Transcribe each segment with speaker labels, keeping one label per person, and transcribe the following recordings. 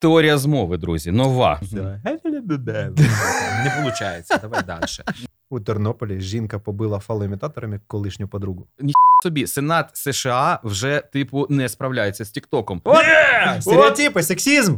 Speaker 1: Теорія змови, друзі, нова.
Speaker 2: Не виходить. Давай далі.
Speaker 3: У Тернополі жінка побила фалоімітаторами колишню подругу.
Speaker 1: Собі Сенат США вже типу не справляється з Тіктоком. Е,
Speaker 3: Е, Стереотипи, сексізм.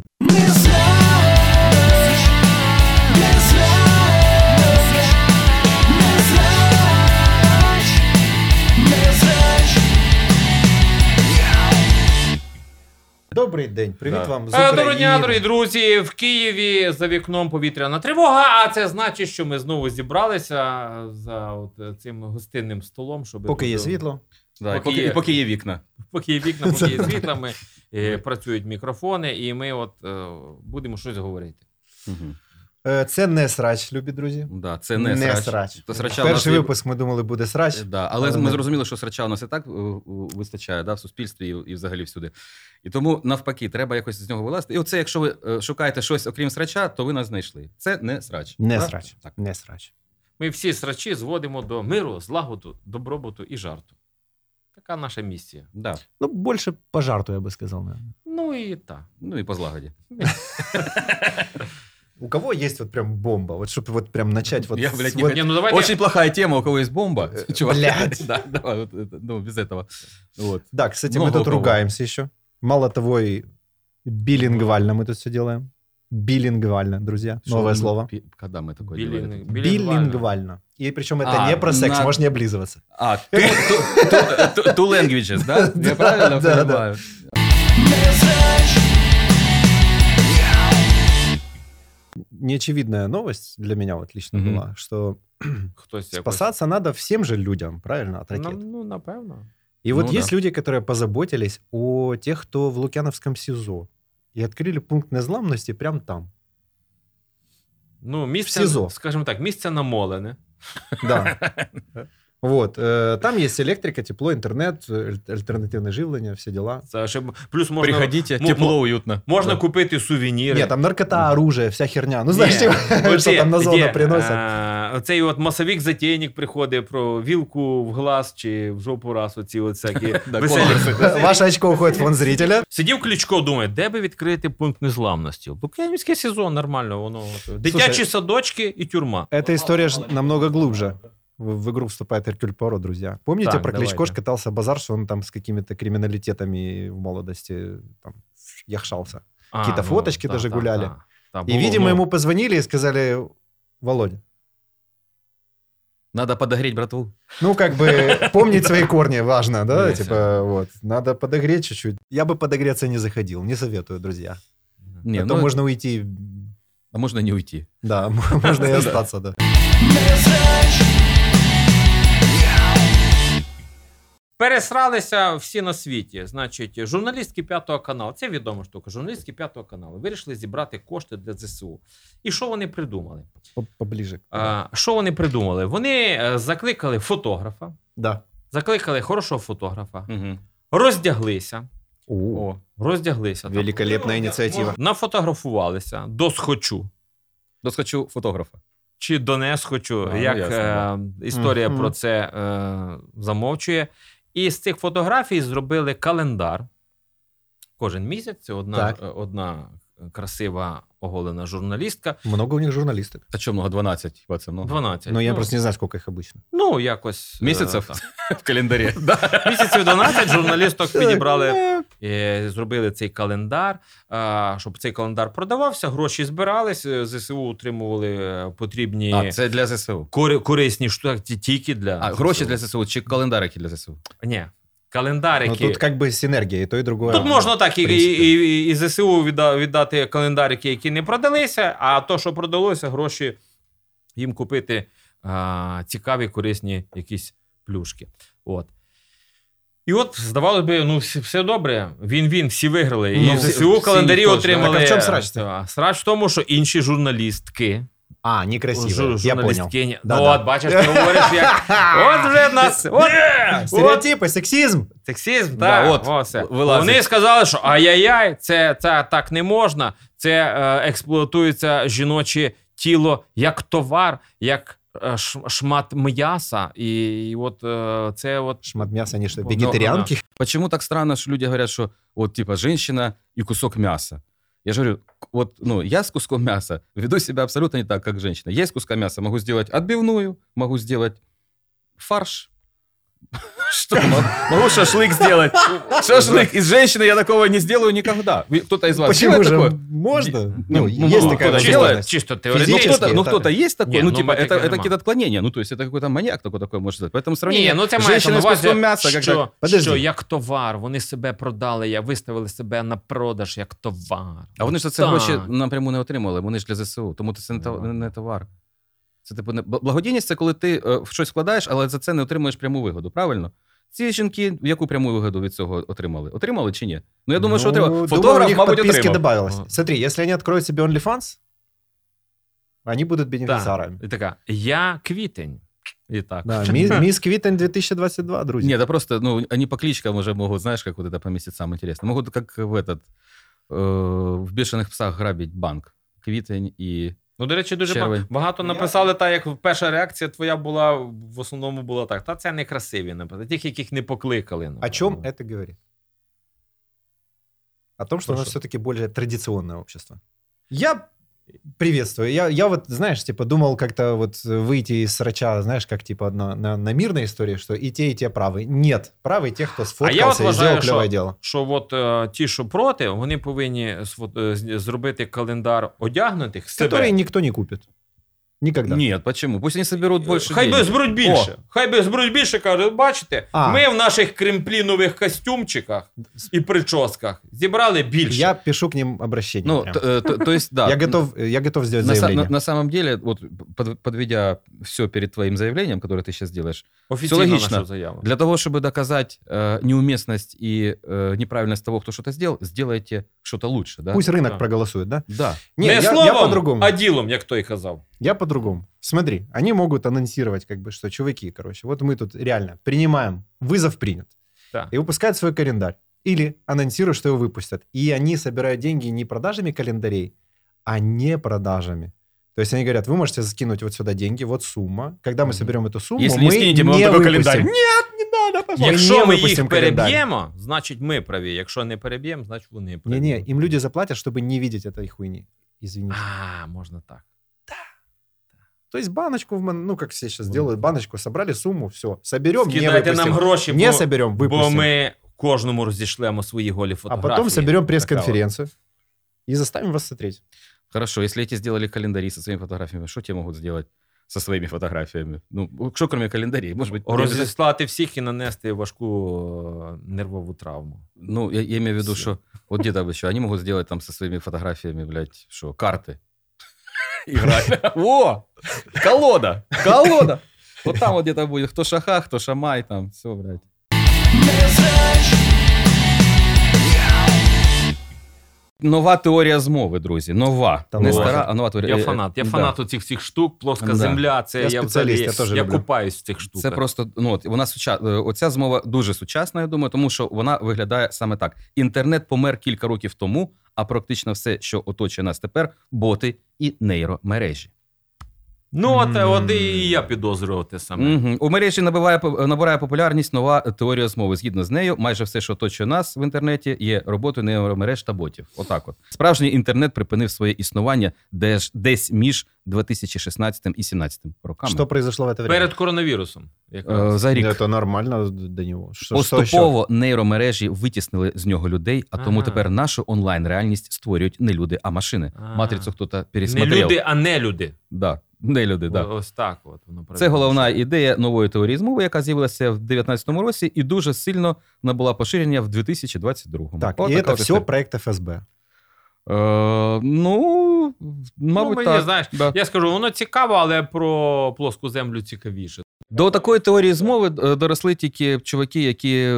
Speaker 3: Добрий день, привіт
Speaker 1: Да.
Speaker 3: вам з
Speaker 2: Е,
Speaker 3: України.
Speaker 2: Доброго дня, дорогі друзі. В Києві за вікном повітряна тривога. А це значить, що ми знову зібралися за от е, цим гостинним столом, щоб
Speaker 3: Поки є
Speaker 2: тут, е,
Speaker 3: світло.
Speaker 1: Да,
Speaker 2: Поки
Speaker 1: поки,
Speaker 2: є.
Speaker 1: і поки є вікна.
Speaker 2: Поки є вікна, поки є світла, ми е, працюють мікрофони, і ми от е, будемо щось говорити.
Speaker 1: Мгм.
Speaker 3: Е, Це не срач, любі друзі.
Speaker 1: Да, це не,
Speaker 3: Не
Speaker 1: срач.
Speaker 3: срач.
Speaker 1: То срача в нас
Speaker 3: Перший
Speaker 1: є- Е,
Speaker 3: випуск ми думали буде срач.
Speaker 1: Да, але
Speaker 3: Але
Speaker 1: ми
Speaker 3: не-
Speaker 1: зрозуміли, що срача у нас і так е, е, вистачає да, в суспільстві і, і взагалі всюди. І тому навпаки, треба якось з нього вилазити. І оце, якщо ви е, шукаєте щось окрім срача, то ви нас знайшли. Це не срач.
Speaker 3: Не
Speaker 1: Так?
Speaker 3: срач.
Speaker 1: Так.
Speaker 3: Не срач.
Speaker 2: Ми всі срачі зводимо до миру, злагоду, добробуту і жарту. Така наша місія.
Speaker 1: Да.
Speaker 3: Ну, більше по жарту, я би сказав. наверное.
Speaker 2: Ну і так.
Speaker 1: Ну і по злагоді.
Speaker 3: У кого є от прям бомба? От щоб от прям начать вот
Speaker 1: Я, блядь,
Speaker 3: вот-
Speaker 2: Ні, ну давайте
Speaker 1: Очень плохая тема, у кого есть бомба.
Speaker 3: Э,
Speaker 1: Чувак,
Speaker 3: блядь.
Speaker 1: да, давай, вот это, ну, без этого. Вот.
Speaker 3: Да, кстати,
Speaker 1: Много
Speaker 3: мы тут
Speaker 1: у кого.
Speaker 3: ругаемся еще. Мало того, и билингвально мы тут все делаем. Билингвально, друзья. Новое
Speaker 1: Что, ну,
Speaker 3: слово.
Speaker 1: пи- Когда мы такое
Speaker 2: білін-
Speaker 1: говорили?
Speaker 2: білінгвально.
Speaker 3: Билингвально. И причем это
Speaker 1: А,
Speaker 3: не про секс,
Speaker 1: на-
Speaker 3: можно не облизываться.
Speaker 1: А, ту- ту- ту- ту- two languages, да? Я
Speaker 3: Да,
Speaker 1: правильно
Speaker 3: да, да.
Speaker 1: понимаю?
Speaker 3: Неочевидная новость для меня вот лично
Speaker 1: Мгм.
Speaker 3: была, что
Speaker 2: Хтось якось.
Speaker 3: спасаться надо всем же людям, правильно, от ракет.
Speaker 2: Ну, ну, напевно.
Speaker 3: И вот
Speaker 1: Ну
Speaker 3: есть
Speaker 1: да.
Speaker 3: люди, которые позаботились о тех, кто в Лукьяновском СИЗО. И открыли пункт незламности прямо там.
Speaker 2: Ну, місце,
Speaker 3: В СІЗО.
Speaker 2: скажімо так, місце намолене.
Speaker 3: Да. Вот. э, Там есть электрика, тепло, интернет, э, аль- альтернативное живление, все дела.
Speaker 2: Це ще б- плюс можна,
Speaker 1: Приходите,
Speaker 2: мо-
Speaker 1: тепло, уютно.
Speaker 2: можна
Speaker 1: Да.
Speaker 2: купити сувеніри.
Speaker 3: Нет, Е. там наркота, оружие, вся херня. Ну,
Speaker 2: Не,
Speaker 3: знаешь, типа, что
Speaker 2: Оці-
Speaker 3: там на зону
Speaker 2: є,
Speaker 1: А.
Speaker 3: приносят.
Speaker 2: е, Оцей от масовик затейник приходить про вілку в глаз чи в жопу раз. Оці от всякі
Speaker 1: Да,
Speaker 2: веселі.
Speaker 1: конкурси.
Speaker 3: Ваше очко уходит в фон зрителя.
Speaker 2: Сидів Кличко, думає, де би відкрити пункт незламності. Лук'янівський сезон нормально, воно от, дитячі садочки і тюрма.
Speaker 3: Эта история ж намного глубже. В в игру вступает Эркюль Поро, друзья. Помните,
Speaker 2: Так,
Speaker 3: про
Speaker 2: давайте.
Speaker 3: Кличко ж катался базар, что он там с какими-то криминалитетами в молодости там, яхшался.
Speaker 2: А, ну,
Speaker 3: Які-то фоточки даже гуляли.
Speaker 2: та,
Speaker 3: И,
Speaker 2: було,
Speaker 3: видимо,
Speaker 2: ну,
Speaker 3: ему позвонили и сказали, Володя,
Speaker 1: Надо подогреть братву.
Speaker 3: Ну, как бы помнить свои корни важно, да?
Speaker 2: Yes.
Speaker 3: Типа, вот, надо подогреть чуть-чуть. Я бы подогреться не заходил, не советую, друзья.
Speaker 1: Не,
Speaker 3: А то
Speaker 1: ну,
Speaker 3: можно уйти,
Speaker 1: а можно не уйти.
Speaker 3: да, м- можно и
Speaker 1: Да.
Speaker 3: остаться, да.
Speaker 2: Пересралися всі на світі. Значить, журналістки п'ятого каналу, це відома штука. Журналістки п'ятого каналу вирішили зібрати кошти для ЗСУ. І що вони придумали?
Speaker 3: По- Поближе.
Speaker 2: А, що вони придумали? Вони е, закликали фотографа,
Speaker 3: Да.
Speaker 2: закликали хорошого фотографа,
Speaker 1: Угу.
Speaker 2: роздяглися.
Speaker 3: О,
Speaker 1: О,
Speaker 2: Роздяглися. там.
Speaker 3: великолепная инициатива.
Speaker 2: Нафотографувалися до схочу.
Speaker 1: доскочу фотографа.
Speaker 2: Чи до не схочу,
Speaker 1: А, ну,
Speaker 2: як
Speaker 1: ясно,
Speaker 2: е,
Speaker 1: да.
Speaker 2: історія
Speaker 3: Мгм.
Speaker 2: про це е, замовчує. І з цих фотографій зробили календар. Кожен місяць це одна,
Speaker 3: Так.
Speaker 2: е, одна красива оголена журналістка.
Speaker 3: Много у них журналисток.
Speaker 1: А что много? 12, типа, це много.
Speaker 3: Но
Speaker 2: 12.
Speaker 3: Ну, я просто не знаю, сколько их обычно.
Speaker 2: ну, якось. е,
Speaker 1: Місяців?
Speaker 2: так.
Speaker 1: В календаре. Да.
Speaker 2: Місяців 12 журналісток підібрали
Speaker 3: Э,
Speaker 2: Е, зробили цей календар, е, щоб цей календар продавався, гроші збирались, е, ЗСУ отримували е, потрібні
Speaker 1: А, це для ЗСУ.
Speaker 2: кори- корисні штуки ті- тільки для
Speaker 1: А, гроші для ЗСУ чи календарики для ЗСУ?
Speaker 2: Ні, календарики.
Speaker 3: Ну,
Speaker 2: тут
Speaker 3: тут как бы синергия и то, и другое.
Speaker 2: Тут можна так і, і,
Speaker 3: принципі.
Speaker 2: і, і ЗСУ відда- віддати календарики, які не продалися, а то, що продалося, гроші їм купити а, цікаві, корисні якісь плюшки. От. І от, здавалося б, ну всі- все добре. Він він, всі виграли. І
Speaker 3: Ну,
Speaker 2: ЗСУ
Speaker 1: всі
Speaker 2: календарі
Speaker 1: точно.
Speaker 2: отримали.
Speaker 3: Так, а в чому срач це?
Speaker 2: А, Срач в тому, що інші журналістки,
Speaker 3: А, некрасиво.
Speaker 2: жу-
Speaker 3: Я понял.
Speaker 2: журналістки.
Speaker 3: Да,
Speaker 2: ну,
Speaker 3: да.
Speaker 2: от, бачиш, ти говориш, як. От вже нас. От, от
Speaker 3: Стереотипы, сексизм.
Speaker 2: Сексізм,
Speaker 1: Да,
Speaker 2: так,
Speaker 1: от,
Speaker 2: о, все.
Speaker 1: вилазить.
Speaker 2: Вони сказали, що ай-яй-яй, це, це так не можна. Це е, експлуатується жіноче тіло як товар, як е, ш- шмат м'яса. І, і от е, це от
Speaker 3: Шмат мяса, они что,
Speaker 2: Ну,
Speaker 3: вегетарианки?
Speaker 1: Почему так странно, что люди говорят, что вот типа женщина и кусок мяса? Я же говорю, к- вот, ну, я с куском мяса веду себя абсолютно не так, как женщина. Я из куска мяса могу сделать отбивную, могу сделать фарш. Что? мо- Могу шашлык сделать. Шашлык из женщины я такого не сделаю никогда. Вы- Кто-то из вас
Speaker 3: Почему
Speaker 1: делает
Speaker 3: же?
Speaker 1: такое?
Speaker 3: Можно?
Speaker 1: Ну,
Speaker 3: Ну, есть
Speaker 1: можно.
Speaker 3: такая
Speaker 1: Кто-то
Speaker 2: чисто,
Speaker 3: возможность.
Speaker 2: чисто
Speaker 1: Ну,
Speaker 2: теоретично.
Speaker 1: кто-то, ну,
Speaker 3: так.
Speaker 1: кто-то есть такой,
Speaker 2: Не,
Speaker 1: ну,
Speaker 2: ну,
Speaker 1: типа,
Speaker 2: ми
Speaker 1: это,
Speaker 2: таке
Speaker 1: это
Speaker 2: нема.
Speaker 1: какие-то отклонения, ну, то есть это какой-то маньяк такой такой может сделать. Поэтому
Speaker 2: Ні,
Speaker 1: сравнение
Speaker 2: ну це мається
Speaker 1: женщина
Speaker 2: на
Speaker 1: з куском
Speaker 2: увазі,
Speaker 1: мяса,
Speaker 2: що,
Speaker 1: когда...
Speaker 3: Подожди.
Speaker 2: що як товар, вони себе продали, я виставили себе на продаж як товар.
Speaker 1: А вони ж за це
Speaker 2: Так.
Speaker 1: гроші напряму не отримали, вони ж для ЗСУ, тому це не,
Speaker 2: Ну,
Speaker 1: товар,
Speaker 2: ладно.
Speaker 1: не товар. Це типу не бл- благодійність це коли ти е, в щось вкладаєш, але за це не отримуєш пряму вигоду, правильно? Ці жінки яку пряму вигоду від цього отримали? Отримали чи ні? Ну я думаю, що
Speaker 3: Ну,
Speaker 1: отримали.
Speaker 3: думаю, у
Speaker 1: Фотограф,
Speaker 3: них
Speaker 1: мабуть,
Speaker 3: подписки
Speaker 1: отримав.
Speaker 3: добавилось.
Speaker 2: Ага.
Speaker 3: Смотри, если они откроют себе OnlyFans, они будут бенефициарами.
Speaker 2: І така, я квітень. І так.
Speaker 3: Да, ми- Мисс Квитен 2022, друзья.
Speaker 1: Нет, да просто, ну, они по кличкам уже могут, знаешь, как вот это по месяцам интересно. Могут как в этот, э, в «Бешеных псах» грабить банк. Квітень і...
Speaker 2: Ну, до речі, дуже
Speaker 1: Червень.
Speaker 2: ба- багато написали, та як перша реакція твоя була в основному була так. Та це не красиві, наприклад, тих, яких не покликали.
Speaker 3: О
Speaker 2: наприклад.
Speaker 3: чем это говорит? О том, что у нас
Speaker 2: Хорошо.
Speaker 3: все-таки более традиционное общество. Я приветствую. Я, я вот, знаешь, типа думал как-то вот выйти из срача, знаешь, как типа на, на, на мирной истории, что и те, и те правы. Нет, правы те,
Speaker 1: А
Speaker 3: кто сфоткался
Speaker 2: вот
Speaker 3: и сделал
Speaker 2: уважаю,
Speaker 3: клевое
Speaker 2: что-
Speaker 3: дело.
Speaker 2: Що от е, ті, що проти, вони повинні сфо- е, з- зробити календар одягнутих себе. Е,
Speaker 3: Которые никто не купит. Никогда.
Speaker 1: Нет, почему? Пусть они
Speaker 3: Е,
Speaker 1: соберут больше
Speaker 2: Хай би
Speaker 1: денег.
Speaker 2: зберуть більше. Хай би зберуть більше, кажуть, бачите,
Speaker 3: А.
Speaker 2: ми в наших кремплінових костюмчиках і причосках зібрали більше.
Speaker 3: Я пишу к ним обращение.
Speaker 1: Ну,
Speaker 3: прям.
Speaker 1: т- э, то, то есть, да.
Speaker 3: я, готов, я готов сделать
Speaker 1: На, са-
Speaker 3: заявление.
Speaker 1: на- на самом деле, вот под- подведя все перед твоим заявлением, которое ты сейчас делаешь,
Speaker 2: Офіційно
Speaker 1: Все логічно.
Speaker 2: наша заява.
Speaker 1: для того, чтобы доказать э, неуместность и э, неправильность того, кто что-то сделал, сделайте что-то лучше, да?
Speaker 3: Пусть рынок
Speaker 2: Да.
Speaker 3: проголосует, да?
Speaker 1: Да.
Speaker 3: Не,
Speaker 2: Не
Speaker 3: я, я
Speaker 2: словом,
Speaker 3: по-другому.
Speaker 2: а ділом, як той казав.
Speaker 3: Я по-другому. Смотри, они могут анонсировать, как бы, что чуваки, короче, вот мы тут реально принимаем, вызов принят.
Speaker 2: Так.
Speaker 3: И выпускают свой календарь. Или анонсируют, что его выпустят. И они собирают деньги не продажами календарей, а не продажами. То есть они говорят, вы можете закинуть вот сюда деньги, вот сумма. Когда мы
Speaker 2: Мгм.
Speaker 3: соберем эту сумму,
Speaker 1: Если
Speaker 3: мы
Speaker 1: не скинете, мы вам такой
Speaker 3: выпустим.
Speaker 1: календарь.
Speaker 3: не надо,
Speaker 2: Якщо ми
Speaker 3: выпустим
Speaker 2: їх
Speaker 3: календарь.
Speaker 2: переб'ємо, значить ми праві. Якщо не переб'ємо, значить вони праві.
Speaker 3: Не-не, им люди заплатят, чтобы не видеть этой хуйни. Извините.
Speaker 2: А, можна так.
Speaker 3: То есть баночку, в мон- ну, как все сейчас делают, баночку, собрали сумму, все, соберем, не
Speaker 2: Скидайте нам
Speaker 3: выпустим.
Speaker 2: гроші,
Speaker 3: Не
Speaker 2: бо,
Speaker 3: соберем,
Speaker 2: бо
Speaker 3: выпустим.
Speaker 2: ми кожному розішлемо свої голі
Speaker 3: А
Speaker 2: фотографії.
Speaker 3: потом соберем
Speaker 2: Така от.
Speaker 3: пресс-конференцию и заставим вас смотреть.
Speaker 1: Хорошо, если эти сделали календари со своими фотографиями, что те могут сделать со своими фотографиями? Ну, что кроме календарей? Может быть, не обязательно-
Speaker 2: Розіслати всіх і нанести важку е, нервову травму.
Speaker 1: ну, я, я имею в виду,
Speaker 2: Всё.
Speaker 1: что вот где там еще, они могут сделать там со своими фотографиями, блядь, что, карты. Играть. О! Колода! Колода! Вот там вот где-то будет, кто шаха, кто шамай, там, все, блядь. Нова теорія змови, друзі. Нова.
Speaker 3: Та
Speaker 1: не
Speaker 3: нова.
Speaker 1: стара, а нова теорія. Е,
Speaker 2: Я фанат, я
Speaker 1: Да.
Speaker 2: фанат оцих всіх штук, плоска
Speaker 1: Да.
Speaker 2: земля, це
Speaker 3: Я
Speaker 2: я,
Speaker 3: спеціаліст,
Speaker 2: взагалі-
Speaker 3: я теж люблю.
Speaker 2: купаюсь в цих штуках.
Speaker 1: Це просто ну от вона суча... е, оця змова дуже сучасна. Я думаю, тому що вона виглядає саме так: інтернет помер кілька років тому, а практично все, що оточує нас тепер, боти і нейромережі.
Speaker 2: Ну, от, от і
Speaker 3: Мгм.
Speaker 2: я підозрював те саме.
Speaker 1: Угу. У мережі набиває по- набирає популярність нова теорія змови. Згідно з нею, майже все, що оточує нас в інтернеті, є роботою нейромереж та ботів. Отак, от справжній інтернет припинив своє існування десь, десь між 2016 і 2017 роками.
Speaker 3: Что произошло в это время?
Speaker 2: Перед коронавірусом. якраз.
Speaker 1: Е, за рік.
Speaker 3: Это нормально до него. Что, что
Speaker 1: Поступово нейромережі витіснили з нього людей, а тому
Speaker 2: Ага.
Speaker 1: тепер нашу онлайн реальність створюють не люди, а машини.
Speaker 2: А.
Speaker 1: Матрицю хто-то
Speaker 2: не
Speaker 1: пересмотрел.
Speaker 2: люди, а не люди.
Speaker 1: Да. Не люди,
Speaker 2: О-
Speaker 1: да.
Speaker 2: Е, Ось так. От, воно Ну,
Speaker 1: Це головна
Speaker 2: правильно.
Speaker 1: ідея нової теорії змови, яка з'явилася в 19-му році і дуже сильно набула поширення в 2022-му.
Speaker 3: Так,
Speaker 1: От
Speaker 3: и
Speaker 1: така
Speaker 3: это
Speaker 1: от
Speaker 3: все
Speaker 1: історія.
Speaker 3: проект ФСБ.
Speaker 1: Е, ну, мабуть,
Speaker 2: мені,
Speaker 1: так.
Speaker 2: знаєш,
Speaker 1: да.
Speaker 2: Я скажу, воно цікаво, але про плоску землю цікавіше.
Speaker 1: До такої теорії змови е, доросли тільки чуваки, які е,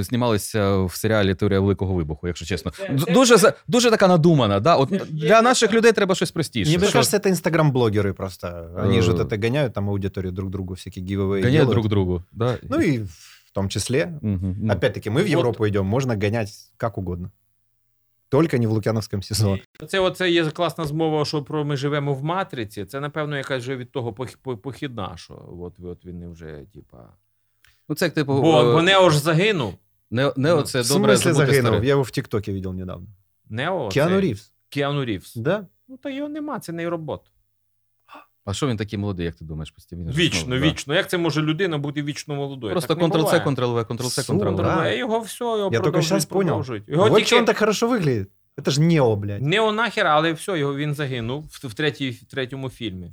Speaker 1: знімалися в серіалі Теорія Великого Вибуху, якщо чесно. Д- Дуже за- дуже така надумана. Да? От для наших людей треба щось простіше.
Speaker 3: Мне
Speaker 1: Що
Speaker 3: кажется, это инстаграм-блогеры просто. Они
Speaker 1: Э.
Speaker 3: же вот это гоняют там аудиторию друг другу, всякие гивовые
Speaker 1: Гоняють друг другу. Да?
Speaker 3: Ну и в том числе,
Speaker 1: Мгм. Ну,
Speaker 3: опять-таки, мы в
Speaker 2: Вот.
Speaker 3: Европу идем, можно гонять как угодно. Только не в Лукьяновском СИЗО.
Speaker 2: Це оце є класна змова, що про ми живемо в матриці. Це, напевно, якась вже від того пох- по- похідна, що от, от він вже, типа.
Speaker 1: Ну, це як типу.
Speaker 2: Бо,
Speaker 1: е,
Speaker 2: бо Нео ж загинув.
Speaker 1: Нео, Нео
Speaker 2: Ну,
Speaker 1: це
Speaker 3: в
Speaker 1: добре
Speaker 3: смысле
Speaker 1: забути
Speaker 3: загинул?
Speaker 1: старе.
Speaker 3: Я его в ТикТоке видел недавно.
Speaker 2: Нео.
Speaker 3: Киану
Speaker 2: це-
Speaker 3: Ривз.
Speaker 2: Кіану Рівз.
Speaker 3: Да?
Speaker 2: Ну, та його нема, це не його робота.
Speaker 1: А що він такий молодий, як ти думаєш, постійно?
Speaker 2: Вічно,
Speaker 1: ну, да.
Speaker 2: вічно. Як це може людина бути вічно молодою?
Speaker 1: Просто
Speaker 2: Так не
Speaker 1: Ctrl-C,
Speaker 2: буває.
Speaker 1: Ctrl-V, Ctrl-C, Ctrl-V.
Speaker 3: Сука.
Speaker 2: Ctrl-V, Його все, його
Speaker 3: Я тільки щас
Speaker 2: продовжують,
Speaker 3: понял.
Speaker 2: продовжують. Його
Speaker 3: Вот
Speaker 2: тільки...
Speaker 3: что он так хорошо выглядит. Это же Нео, блядь.
Speaker 2: Неонахер, але все, його він загинув в, в, третій, в третьому фільмі.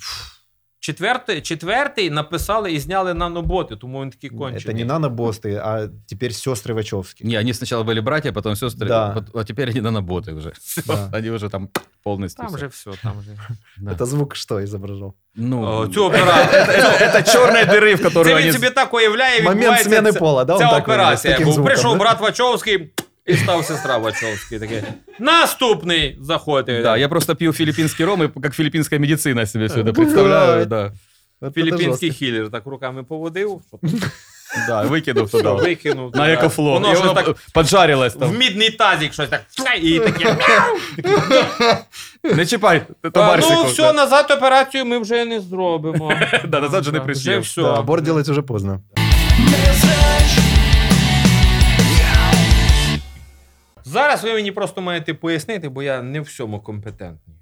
Speaker 2: Четвертий, четвертий написали і зняли наноботи, тому він такий кончений.
Speaker 3: Это не нанобосты, а теперь сестры Вачовски.
Speaker 1: Не, они сначала были братья, потом сестры,
Speaker 3: Да.
Speaker 1: пот- а теперь они наноботы уже.
Speaker 3: Да.
Speaker 1: Они уже там полностью.
Speaker 2: Там
Speaker 1: всё.
Speaker 2: же все, там же.
Speaker 1: Да.
Speaker 3: Это звук что изображал?
Speaker 1: Ну,
Speaker 2: О, Цю операцію.
Speaker 1: это черные дыры, в
Speaker 2: е, Це
Speaker 1: которую
Speaker 2: він собі так уявляє,
Speaker 3: Момент
Speaker 2: відбувається
Speaker 3: смены
Speaker 2: ця-
Speaker 3: пола, да? он
Speaker 2: ця
Speaker 3: так вот, с
Speaker 2: операція.
Speaker 3: таким
Speaker 2: Був.
Speaker 3: звуком,
Speaker 2: Прийшов
Speaker 3: да?
Speaker 2: брат Вачовський і став сестра Вачовський. Таке. Наступний заходить.
Speaker 1: Да, я просто пью филиппинский ром, и как филиппинская медицина себе все это представляю, да.
Speaker 3: Вот это
Speaker 2: Філіппінський
Speaker 3: жестко.
Speaker 2: хілер так руками поводив, щоб
Speaker 1: Да, выкинув
Speaker 2: туди
Speaker 1: туда.
Speaker 2: викинув.
Speaker 1: На
Speaker 2: туди.
Speaker 1: экофлот.
Speaker 2: Воно
Speaker 1: И
Speaker 2: ж
Speaker 1: оно
Speaker 2: ну, так
Speaker 1: поджарилось
Speaker 2: в
Speaker 1: там.
Speaker 2: мідний тазик щось так. І таке.
Speaker 1: Не чіпай, то
Speaker 2: А, ну,
Speaker 1: барсику.
Speaker 2: все, назад операцію ми вже не зробимо.
Speaker 1: Да, назад же не
Speaker 2: Да,
Speaker 1: пришли.
Speaker 2: Вже все.
Speaker 3: Да, аборт делать уже поздно.
Speaker 2: Зараз ви мені просто маєте пояснити, бо я не в всьому компетентний.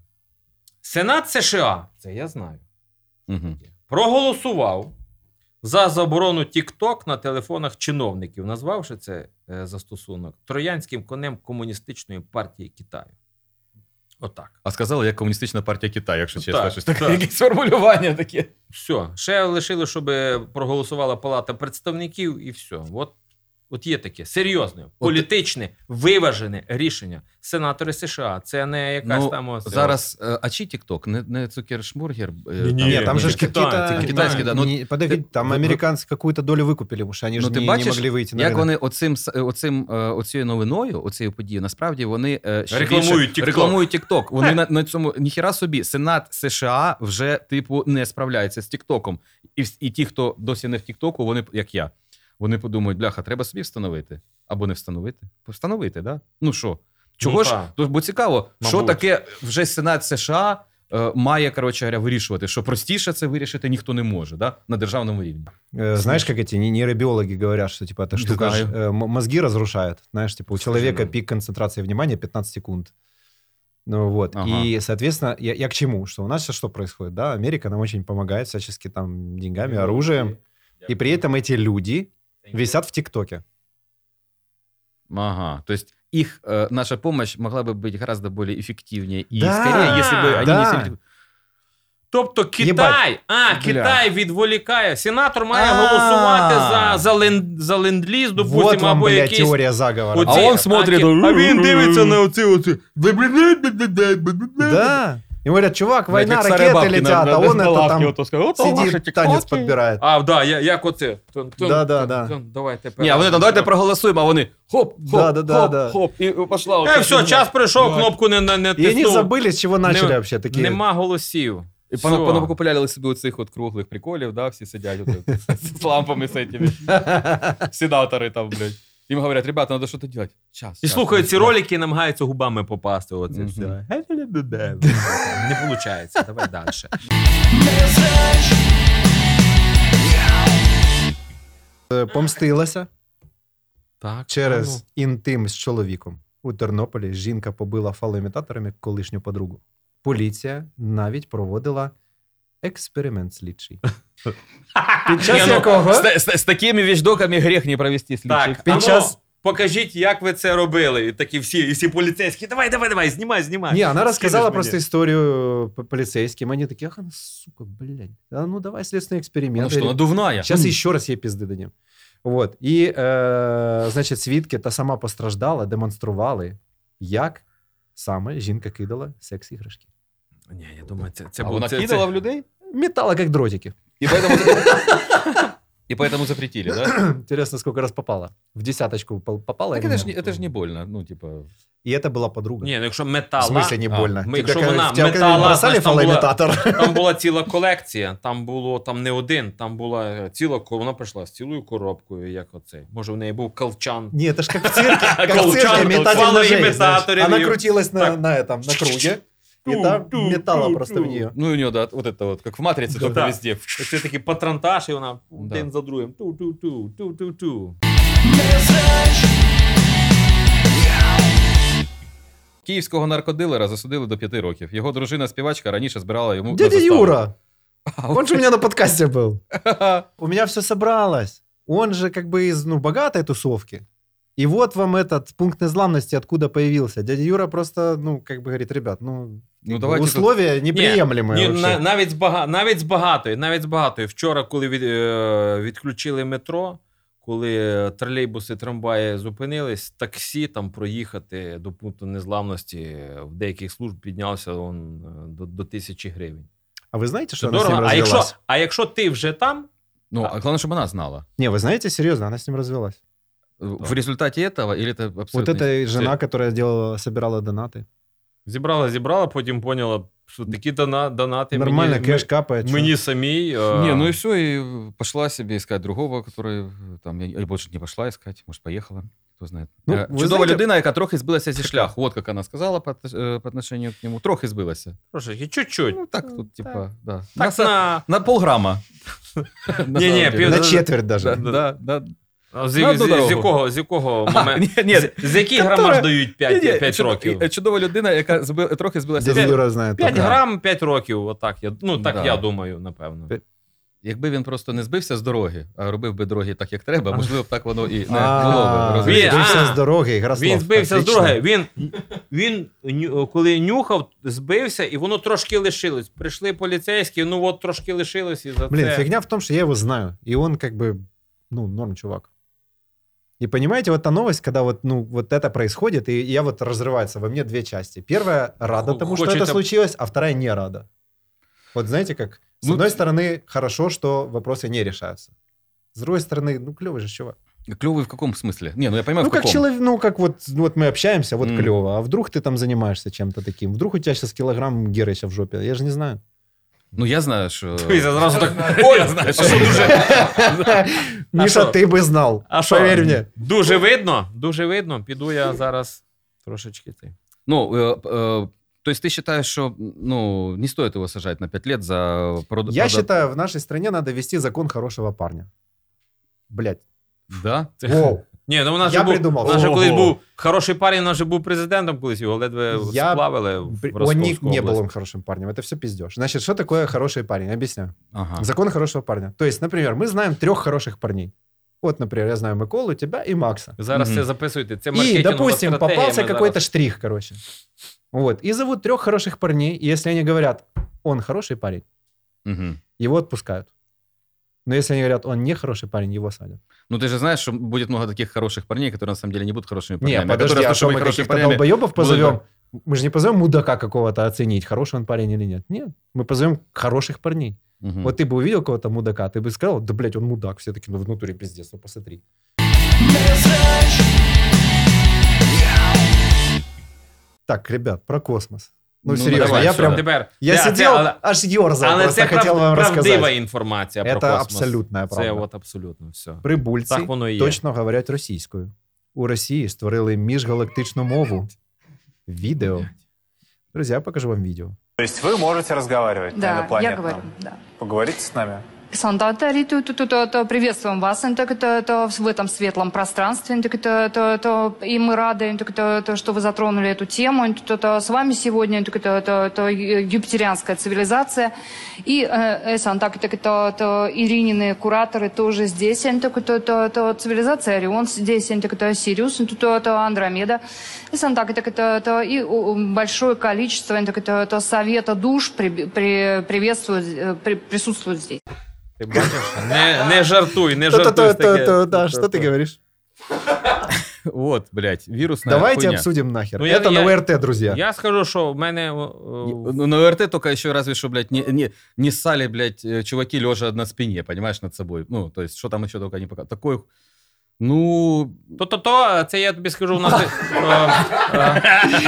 Speaker 2: Сенат США, це я знаю,
Speaker 1: Мгм.
Speaker 2: проголосував за заборону TikTok на телефонах чиновників, назвавши це е, застосунок троянським конем комуністичної партії Китаю. Отак.
Speaker 1: А сказала, як комуністична партія Китаю, якщо чесно.
Speaker 2: Так,
Speaker 1: щось таке.
Speaker 2: так.
Speaker 1: Якісь формулювання таке.
Speaker 2: Все, ще лишили, щоб проголосувала палата представників, і все. От, от є таке серйозне, політичне, виважене рішення. Сенатори США. Це не якась
Speaker 1: Ну,
Speaker 2: там ось-
Speaker 1: Зараз, е, а чи TikTok? Не, не Цукершмургер? э, Ні,
Speaker 2: Ні,
Speaker 3: Нет, там
Speaker 2: ні,
Speaker 3: же
Speaker 2: ні,
Speaker 3: ж какие-то...
Speaker 2: китайцы,
Speaker 1: китайские, да, ну,
Speaker 3: Не, подожди,
Speaker 1: ты-
Speaker 3: там
Speaker 1: вы-
Speaker 3: американцы какую-то долю выкупили, потому что они
Speaker 1: Ну,
Speaker 3: же
Speaker 1: ты
Speaker 3: не, не
Speaker 1: бачишь,
Speaker 3: могли выйти на
Speaker 1: Як
Speaker 3: рынок.
Speaker 1: вони оцим, с- оцим, е, оцією новиною, оцією подією, насправді вони е, ще
Speaker 2: Рекламують
Speaker 1: більше,
Speaker 2: TikTok.
Speaker 1: рекламують TikTok. Вони на, на цьому ніхіра собі. Сенат США вже, типу, не справляється з Тіктоком. І, вс- і ті, хто досі не в Тіктоку, вони, як я, вони подумають, бляха, треба собі встановити. Або не встановити. Встановити, да? Ну що? Чого
Speaker 2: Ну,
Speaker 1: ж?
Speaker 2: та.
Speaker 1: Тож, бо цікаво, що
Speaker 2: Мабуть.
Speaker 1: таке вже Сенат США е, має, коротше говоря, вирішувати, що простіше це вирішити ніхто не може, да? на державному рівні.
Speaker 3: Э, Знаешь, как эти не- нейробиологи говорят, что типа эта
Speaker 1: Не
Speaker 3: штука ж,
Speaker 1: знаю.
Speaker 3: э, м- мозги разрушает. Знаешь, типа у
Speaker 1: Слушай,
Speaker 3: человека
Speaker 1: ну.
Speaker 3: пик концентрации внимания 15 секунд. Ну вот.
Speaker 1: Ага.
Speaker 3: И, соответственно, я, я к чему? Что у нас сейчас что происходит? Да, Америка нам очень помогает всячески там
Speaker 2: е,
Speaker 3: деньгами, оружием. И при этом эти люди висят в ТикТоке.
Speaker 1: Ага, то есть их э, наша помощь могла бы быть гораздо более эффективнее и
Speaker 3: Да,
Speaker 1: скорее, если бы они
Speaker 3: да.
Speaker 1: не сидели-
Speaker 2: Тобто Китай,
Speaker 3: Єбать.
Speaker 2: а
Speaker 1: Бля.
Speaker 2: Китай відволікає. Сенатор має
Speaker 1: А.
Speaker 2: голосувати за, за, ленд, за ленд-ліз,
Speaker 1: Ну,
Speaker 2: допустимо,
Speaker 3: вот вам,
Speaker 2: або
Speaker 3: блядь,
Speaker 2: якісь.
Speaker 3: теория заговора.
Speaker 2: оці-
Speaker 1: А он смотрит,
Speaker 2: ки-
Speaker 1: да,
Speaker 2: а він дивиться на оці оці.
Speaker 3: Да. Ему говорят, чувак,
Speaker 1: Знаете,
Speaker 3: война,
Speaker 1: как Сарай
Speaker 3: ракеты
Speaker 1: Бабкина,
Speaker 3: летят,
Speaker 1: да,
Speaker 3: а
Speaker 1: да,
Speaker 3: он
Speaker 1: на
Speaker 3: это
Speaker 1: лавке
Speaker 3: там
Speaker 1: вот он сказал, «Вот ваши
Speaker 3: сидит,
Speaker 1: тиктоки».
Speaker 3: танец подбирает.
Speaker 2: А, да, я, як оце. Тун, тун,
Speaker 3: Да, да,
Speaker 2: тун,
Speaker 3: да.
Speaker 2: тун, Давайте
Speaker 1: Не, а вот это, давайте проголосуем, а вони хоп, хоп,
Speaker 3: Да, да, да,
Speaker 1: хоп,
Speaker 3: да.
Speaker 1: хоп, и пошла. вот
Speaker 2: Е,
Speaker 1: эта
Speaker 2: все,
Speaker 1: фигня.
Speaker 2: час прийшов,
Speaker 1: Давай.
Speaker 2: кнопку не, не, не
Speaker 3: И они
Speaker 2: тиснув.
Speaker 3: забыли, с чего начали
Speaker 2: Не-
Speaker 3: вообще. Такие,
Speaker 2: Нема голосів.
Speaker 1: І
Speaker 2: Всё.
Speaker 1: пона- понапокупляли собі оцих от круглих приколів, да, всі сидять от, от, з лампами з этими. Сенатори там, блядь. Їм говорять, ребята, надо щось делать. Час.
Speaker 2: І
Speaker 1: час,
Speaker 2: слухають
Speaker 1: час,
Speaker 2: ці
Speaker 1: час.
Speaker 2: ролики і намагаються губами попасти. Оце
Speaker 1: Мгм.
Speaker 2: все. Не виходить. Давай далі.
Speaker 3: е, Помстилася.
Speaker 2: Так,
Speaker 3: Через інтим з чоловіком у Тернополі жінка побила фалоімітаторами колишню подругу. Поліція навіть проводила експеримент слідчий. Під
Speaker 2: Ні,
Speaker 3: час
Speaker 2: ну,
Speaker 3: якого
Speaker 1: З, з, з такими віждоками грех не провести слідчих.
Speaker 2: Так,
Speaker 3: Під
Speaker 2: під
Speaker 3: час-
Speaker 2: час... покажіть, як ви це робили. І такі всі, і всі поліцейські. Давай, давай, давай, знімай, знімай.
Speaker 3: ні, вона розказала
Speaker 2: Скинеш
Speaker 3: просто
Speaker 2: мені.
Speaker 3: історію п- поліцейським. Вони такі, ах, ну, сука, блядь. А ну давай слідчий
Speaker 1: Ну
Speaker 3: експеримент.
Speaker 1: що, ну, надувная.
Speaker 3: Сейчас еще раз ей пизды дадим. От. І, е, значить, свідки та сама постраждала, демонстрували, як саме жінка кидала секс-іграшки.
Speaker 2: Ні, я думаю, це, це
Speaker 1: А
Speaker 2: був-
Speaker 1: вона
Speaker 2: це,
Speaker 1: кидала
Speaker 2: це...
Speaker 1: в людей?
Speaker 3: Метала, як дротики.
Speaker 1: И поэтому... И поэтому запретили, да?
Speaker 3: Интересно, сколько раз попала. В десяточку пол- попала.
Speaker 1: Так
Speaker 3: или
Speaker 1: это же,
Speaker 3: нет?
Speaker 1: это ж не больно, ну, типа...
Speaker 3: И это была подруга.
Speaker 2: Ні, ну якщо
Speaker 3: В
Speaker 2: метала.
Speaker 3: смысле не
Speaker 1: А,
Speaker 3: больно?
Speaker 2: ми-
Speaker 3: Тебе
Speaker 2: якщо
Speaker 3: коли-
Speaker 2: вона
Speaker 3: в тебе коли
Speaker 2: метала,
Speaker 3: бросали
Speaker 2: значить, там була-
Speaker 3: фалоімітатор?
Speaker 2: Там була ціла колекція, там було там не один, там була е, ціла ко- вона прийшла з цілою коробкою, як оцей. Може, в неї був колчан.
Speaker 3: Нет, это ж как в цирке. Как в цирке,
Speaker 2: Колчан,
Speaker 3: метатель ножей.
Speaker 2: фалоимитаторе
Speaker 3: знаешь. Она
Speaker 2: ее-
Speaker 3: крутилась на,
Speaker 2: Так.
Speaker 3: на этом, на круге. И там
Speaker 2: Ту-ту-ту-ту.
Speaker 3: метала просто в нее.
Speaker 1: Ну, и у нее, да, вот это вот, как в «Матрице»,
Speaker 2: Да.
Speaker 1: только везде.
Speaker 2: Це такий патронтаж, і вона
Speaker 1: Да.
Speaker 2: один за другим. Ту-ту-ту, ту-ту-ту.
Speaker 1: Київського наркодилера засудили до п'яти років. Його дружина співачка раніше збирала йому. на
Speaker 3: Дядя
Speaker 1: заставу.
Speaker 3: Юра,
Speaker 1: А,
Speaker 3: он же у меня на подкасте был.
Speaker 1: от-
Speaker 3: У меня все собралось. Он же как бы из ну, богатой тусовки. И вот вам этот пункт незламности откуда появился. Дядя Юра просто, ну, как бы говорит, ребят, ну,
Speaker 1: Ну, давайте тут-
Speaker 3: условия неприемлемые
Speaker 2: Ні,
Speaker 3: вообще.
Speaker 2: на, навіть, з бага, навіть з багатої, навіть з багатої. Вчора, коли від, е, відключили метро, коли е, тролейбуси, трамваї зупинились, таксі там проїхати до пункту незламності в деяких служб піднявся он, е, до, до тисячі гривень.
Speaker 3: А вы знаете, что
Speaker 2: Це
Speaker 3: она с ним
Speaker 2: дорого. А
Speaker 3: развелась?
Speaker 2: якщо, а якщо ти вже там,
Speaker 1: Ну, а главное, чтобы она знала.
Speaker 3: Не, вы знаете, серьезно, она с ним развелась.
Speaker 1: В результате этого или это абсолютно...
Speaker 3: Вот это и жена, которая делала, собирала донаты.
Speaker 2: зібрала, зібрала, потім поняла, що такі дона, донати
Speaker 3: Нормально,
Speaker 2: мені,
Speaker 3: кэш капает.
Speaker 2: мені,
Speaker 3: чё.
Speaker 2: мені самій. е,
Speaker 1: Не, ну и все, и пошла себе искать другого, который э, там, я- или больше не пошла искать, может, поехала, кто знает.
Speaker 3: Ну,
Speaker 1: Е,
Speaker 3: ви
Speaker 1: Чудова
Speaker 3: знаєте-
Speaker 1: людина, яка трохи збилася зі шляху. От як вона сказала по, отнош- е, по отношению к нему. Трохи збилася.
Speaker 2: Трошечки, чуть-чуть.
Speaker 1: Ну, так тут, типа, да. на,
Speaker 2: Так
Speaker 1: са-
Speaker 2: на...
Speaker 1: на полграма. На
Speaker 2: Ні-ні,
Speaker 1: самом деле.
Speaker 2: пів-
Speaker 3: На четверть
Speaker 1: Да,
Speaker 3: даже.
Speaker 1: да, да.
Speaker 2: З, з,
Speaker 1: На одну
Speaker 2: з,
Speaker 1: дорогу.
Speaker 2: якого, з якого
Speaker 1: А,
Speaker 2: моменту?
Speaker 1: ні, ні,
Speaker 2: з, з яких
Speaker 1: Которая-
Speaker 2: грамаж дають 5,
Speaker 1: ні, ні,
Speaker 2: 5
Speaker 1: чуд-
Speaker 2: років?
Speaker 1: і- Чудова э, людина, яка зби- трохи збилася.
Speaker 3: Дядя
Speaker 1: з-
Speaker 3: Юра знает.
Speaker 2: 5
Speaker 1: да.
Speaker 2: грам, 5 років, отак. Я, ну, так
Speaker 1: Да.
Speaker 2: я думаю, напевно.
Speaker 3: Пе-
Speaker 1: Якби він просто не збився з дороги, а робив би дороги так, як треба, можливо, б так воно і не було б.
Speaker 3: А,
Speaker 1: розумієш?
Speaker 2: Він-
Speaker 3: Сбився
Speaker 2: а.
Speaker 3: с дороги, Ярослав.
Speaker 2: Він збився з
Speaker 3: Отлично.
Speaker 2: дороги. Він, він ню- коли нюхав, збився, і воно трошки лишилось. Прийшли поліцейські, ну от трошки лишилось і за
Speaker 3: Блин,
Speaker 2: це.
Speaker 3: фигня в том, что я его знаю. И он как бы, ну, норм чувак. И понимаете, вот та новость, когда вот, ну, вот это происходит, и я вот разрывается во мне две части. Первая рада
Speaker 2: Хо-
Speaker 3: тому, что
Speaker 2: хочется-
Speaker 3: это случилось, а вторая не рада. Вот знаете как? С
Speaker 1: Ну,
Speaker 3: одной стороны, хорошо, что вопросы не решаются. С другой стороны, ну, клевый же чувак.
Speaker 1: Кльовий в какому смислі? Ні, ну я понимаю,
Speaker 3: Ну,
Speaker 1: в
Speaker 3: как
Speaker 1: какому.
Speaker 3: человек, ну, как вот, ну, вот мы общаемся, вот
Speaker 1: М.
Speaker 3: клево. А вдруг ты там занимаешься чем-то таким? Вдруг у тебя сейчас килограмм Герыча в жопе? Я же не знаю.
Speaker 1: Ну я знаю, що...
Speaker 2: Ти зразу так. Ой,
Speaker 1: знаю,
Speaker 2: а що дуже,
Speaker 3: Миша,
Speaker 2: шо?
Speaker 3: ты бы знал.
Speaker 2: а що,
Speaker 3: Поверь мне.
Speaker 2: Дуже видно, дуже видно. Піду я зараз трошечки ти.
Speaker 1: Ну, е, е, то есть ты считаешь, что ну, не стоит его сажать на 5 лет за прод...
Speaker 3: Я
Speaker 1: прода-
Speaker 3: считаю, в нашей стране надо вести закон хорошего парня. Блять.
Speaker 1: Да?
Speaker 3: Воу.
Speaker 2: Ні, ну у нас
Speaker 3: Я
Speaker 2: же був,
Speaker 3: придумав.
Speaker 2: у нас же
Speaker 3: Ого.
Speaker 2: колись був хороший парень, у нас же був президентом колись, його ледве
Speaker 3: Я-
Speaker 2: сплавили в
Speaker 3: Бр-
Speaker 2: Ростовську
Speaker 3: Он не, не был
Speaker 2: область.
Speaker 3: он хорошим парнем. Это все пиздешь. Значит, что такое хороший парень? Объясняю.
Speaker 2: А.
Speaker 1: Ага.
Speaker 3: Закон хорошего парня. То есть, например, мы знаем трех хороших парней. Вот, например, я знаю Миколу, тебя и Макса.
Speaker 2: Зараз
Speaker 1: Мгм.
Speaker 2: це записуйте. Це
Speaker 3: И,
Speaker 2: маркетингова
Speaker 3: допустим,
Speaker 2: стратегія,
Speaker 3: попался
Speaker 2: ми
Speaker 3: какой-то
Speaker 2: зараз-
Speaker 3: штрих, короче. Вот. И зовут трех хороших парней. И если они говорят, он хороший парень,
Speaker 1: Угу.
Speaker 3: его отпускают. Но если они говорят, он не хороший парень, его садят.
Speaker 1: Ну ты же знаешь, что будет много таких хороших парней, которые на самом деле не будут хорошими парнями.
Speaker 3: Не,
Speaker 1: а
Speaker 3: подожди,
Speaker 1: которые,
Speaker 3: а
Speaker 1: раз,
Speaker 3: что
Speaker 1: чтобы
Speaker 3: мы
Speaker 1: быть хорошими
Speaker 3: каких-то
Speaker 1: парнями...
Speaker 3: долбоебов
Speaker 1: будут
Speaker 3: позовем? Мы же не позовем мудака какого-то оценить, хороший он парень или нет. Нет, мы позовем хороших парней.
Speaker 1: Мгм.
Speaker 3: Вот ты бы увидел кого-то мудака, ты бы сказал, да, блядь, он мудак. Все таки ну, в натуре пиздец, ну, посмотри. Так, ребят, про космос. Ну,
Speaker 1: Ну,
Speaker 3: серьезно,
Speaker 1: давай,
Speaker 3: я
Speaker 1: всё.
Speaker 3: прям...
Speaker 2: Тепер
Speaker 3: Я
Speaker 2: це- це-
Speaker 3: сидел,
Speaker 2: але-
Speaker 3: аж ерзал,
Speaker 2: але
Speaker 3: просто
Speaker 2: це
Speaker 3: хотел
Speaker 2: прав-
Speaker 3: вам
Speaker 2: правдива
Speaker 3: рассказать.
Speaker 2: інформація про
Speaker 3: Это
Speaker 2: космос.
Speaker 3: абсолютная
Speaker 2: Це
Speaker 3: правда.
Speaker 2: от абсолютно все.
Speaker 3: Прибульці
Speaker 2: Так воно і є.
Speaker 3: точно говорять російською. У Росії створили міжгалактичну мову. Відео. Друзі, я покажу вам відео.
Speaker 4: То есть вы можете разговаривать на
Speaker 5: Да, я
Speaker 4: инопланетном?
Speaker 5: говорю, да.
Speaker 4: Поговорите с нами.
Speaker 5: Сандатари, ту- ту- ту- ту- ту- приветствуем вас ин так, ту- ту, в этом светлом пространстве. ин так, ту- ту- ту, И мы рады, ин так, ту- ту, что вы затронули эту тему. ин так, ту- ту, С вами сегодня ин так, ту- ту- ту, ю- юпитерианская цивилизация. И э, э, сан так, так, ту- ту, Иринины кураторы тоже здесь. ин так, ту- ту- ту, Цивилизация Орион здесь, ин так, ту, Сириус, ин так, ту- ту, Андромеда. И сан так, так, ту- ту, и у- у, большое количество ин так, ту- ту, совета душ при- при- приветствуют, э, при- присутствуют здесь.
Speaker 2: Ти бачиш? Не, не жартуй, не жартуй. з таке.
Speaker 3: Да, что ты говоришь?
Speaker 1: Вот, блядь, вирусная
Speaker 3: Давайте
Speaker 1: хуйня.
Speaker 3: обсудим нахер.
Speaker 2: Ну, я-
Speaker 3: Это
Speaker 2: я-
Speaker 3: на ОРТ, друзья.
Speaker 2: Я скажу, що в мене... е, о, о,
Speaker 1: Ну, на РТ только еще разве что, блядь, не, не, не ссали, блядь, э, чуваки лежа на спине, понимаешь, над собой. Ну, то есть, что там еще только не пока. Такой, ну,
Speaker 2: е, То-то-то, це я тобі скажу, у нас... е, е,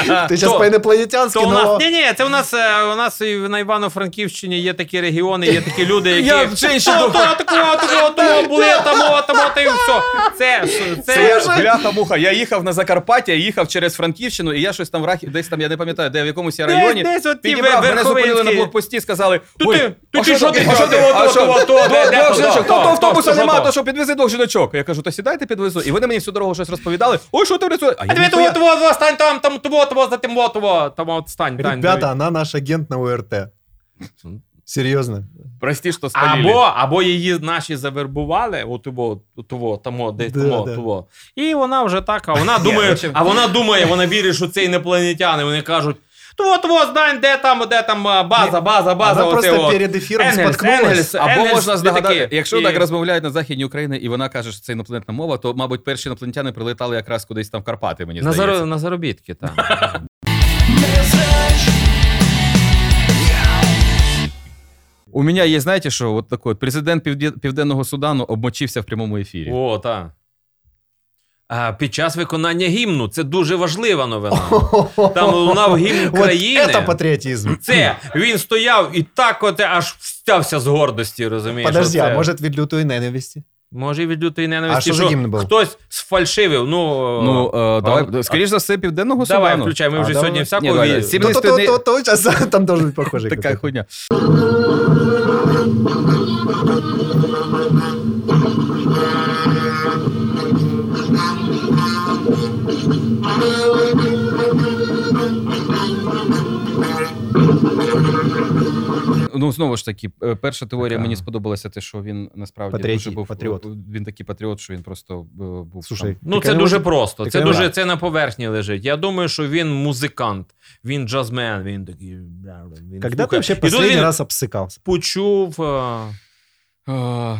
Speaker 3: Ты сейчас
Speaker 2: то-
Speaker 3: по-инопланетянски,
Speaker 2: То у
Speaker 3: но...
Speaker 2: нас ні, ні, це у нас е, у нас і на Івано-Франківщині є такі регіони, є такі люди, які
Speaker 1: Я в женщину
Speaker 2: то, то, такого, такого, того були, тому, тому, та й все. Це
Speaker 1: Це
Speaker 2: це
Speaker 1: ж бляха-муха. Я їхав на Закарпаття, їхав через Франківщину, і я щось там в Рахі, десь там, я не пам'ятаю, де в якомусь я
Speaker 2: Десь,
Speaker 1: районі.
Speaker 2: десь от ті
Speaker 1: підібрав, мене зупинили на
Speaker 2: верховинські.
Speaker 1: блокпості, сказали.
Speaker 2: Ти-
Speaker 1: «Ой,
Speaker 2: ти-
Speaker 1: а
Speaker 2: ти що ти
Speaker 1: а що ти
Speaker 2: що ти?
Speaker 1: а
Speaker 2: А
Speaker 1: що
Speaker 2: що,
Speaker 1: ти?
Speaker 2: то,
Speaker 1: До-
Speaker 2: де- де
Speaker 1: двох
Speaker 2: то,
Speaker 1: жіночок,
Speaker 2: то,
Speaker 1: то, то
Speaker 2: то,
Speaker 1: автобуса
Speaker 2: то,
Speaker 1: нема,
Speaker 2: то.
Speaker 1: то що підвези двох жіночок. Я кажу, то сідай давайте підвезу. І вони мені всю дорогу щось розповідали. Ой, що ти рисуєш? А я
Speaker 2: А ти того,
Speaker 1: ніхуя-
Speaker 2: того, того, стань там, там, того, того, за тим, того, того, там, от стань, стань.
Speaker 3: Ребята, она наш агент на УРТ. Серьезно.
Speaker 1: Прості, що спалили.
Speaker 2: Або, або її наші завербували, от того, того, того, десь
Speaker 3: Да,
Speaker 2: того,
Speaker 3: да.
Speaker 2: того. І вона вже така, вона думає,
Speaker 1: короче.
Speaker 2: а вона думає, вона вірить, що це інопланетяни. Вони кажуть, того, того, знань, де там, де там а, база, база, база.
Speaker 3: Она
Speaker 2: оце
Speaker 3: просто
Speaker 2: от.
Speaker 3: перед эфиром
Speaker 2: Енгельс,
Speaker 3: споткнулась.
Speaker 2: Енгельс.
Speaker 1: Або
Speaker 2: Енгельс
Speaker 1: можна
Speaker 2: не
Speaker 1: здогадати,
Speaker 2: такий.
Speaker 1: якщо
Speaker 2: І-
Speaker 1: так розмовляють на західній Україні, і вона каже, що це інопланетна мова, то, мабуть, перші інопланетяни прилетали якраз кудись там в Карпати, мені
Speaker 2: На,
Speaker 1: здається.
Speaker 2: заро- на заробітки, так.
Speaker 1: У мене є, знаєте, що от такой президент Півден- Південного Судану обмочився в прямому ефірі.
Speaker 2: О, так. А, під час виконання гімну це дуже важлива новина. Там лунав гімн
Speaker 3: Вот
Speaker 2: країни.
Speaker 3: это патриотизм.
Speaker 2: Це він стояв і так от аж встявся з гордості, розумієш.
Speaker 3: Подожди,
Speaker 2: оце.
Speaker 3: а может ведь лютую ненависти?
Speaker 2: Може, і від лютої ненависті,
Speaker 3: А що за гімн був?
Speaker 2: хтось сфальшивив. Ну,
Speaker 1: Ну, е, давай,
Speaker 2: а-
Speaker 1: скоріш за все, Південного
Speaker 2: давай,
Speaker 1: Судану.
Speaker 2: включай, ми
Speaker 3: А,
Speaker 2: вже
Speaker 3: давай.
Speaker 2: сьогодні
Speaker 1: Ні,
Speaker 2: всякого
Speaker 1: давай,
Speaker 2: ві-
Speaker 1: сім-
Speaker 3: То, то, то, то, сейчас Ну, там должен быть похожий.
Speaker 1: Така
Speaker 3: какой-то.
Speaker 1: хуйня. Ну, знову ж таки, е, перша теорія
Speaker 3: Така.
Speaker 1: мені сподобалася, те, що він насправді
Speaker 3: Патріот-
Speaker 1: дуже був е,
Speaker 3: патріот.
Speaker 1: Він такий патріот, що він просто е, був
Speaker 3: Слушай,
Speaker 2: Ну,
Speaker 3: ты
Speaker 2: це дуже
Speaker 3: кого-нибудь-
Speaker 2: просто.
Speaker 3: ти
Speaker 2: Це
Speaker 3: кайфуєш?
Speaker 2: дуже це на поверхні лежить. Я думаю, що він музикант, він джазмен, він такий. бля, Він
Speaker 3: Когда ты
Speaker 2: слухає.
Speaker 3: вообще
Speaker 2: І тут
Speaker 3: последний
Speaker 2: він
Speaker 3: раз обсыкался?
Speaker 2: почув. е,
Speaker 1: А,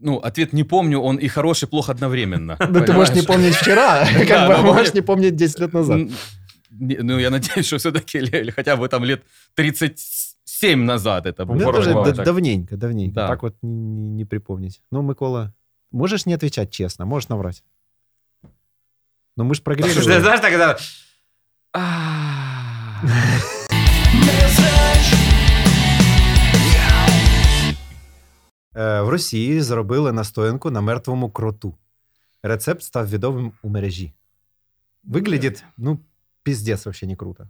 Speaker 1: ну, ответ не помню, он и хороший, и плох одновременно.
Speaker 3: Ну, ты можешь не помнить вчера,
Speaker 1: Да,
Speaker 3: как бы
Speaker 1: ну,
Speaker 3: можешь не помнить 10 лет назад.
Speaker 1: Н- не- Ну, я надеюсь, что все-таки или хотя бы там лет 37 назад это
Speaker 3: У меня
Speaker 1: было.
Speaker 2: Здорово,
Speaker 3: тоже
Speaker 2: бывает
Speaker 3: д-
Speaker 2: так.
Speaker 3: давненько, давненько.
Speaker 1: Да.
Speaker 3: Так вот не, не- не припомнить. Ну, Микола, можешь не отвечать честно, можешь наврать. Но мы же
Speaker 2: Слушай,
Speaker 3: прогрессировали.
Speaker 2: ты знаешь, так это...
Speaker 3: Е, В Росії зробили настоянку на мертвому кроту. Рецепт став відомим у мережі. Виглядить, ну, піздець, вообще не круто.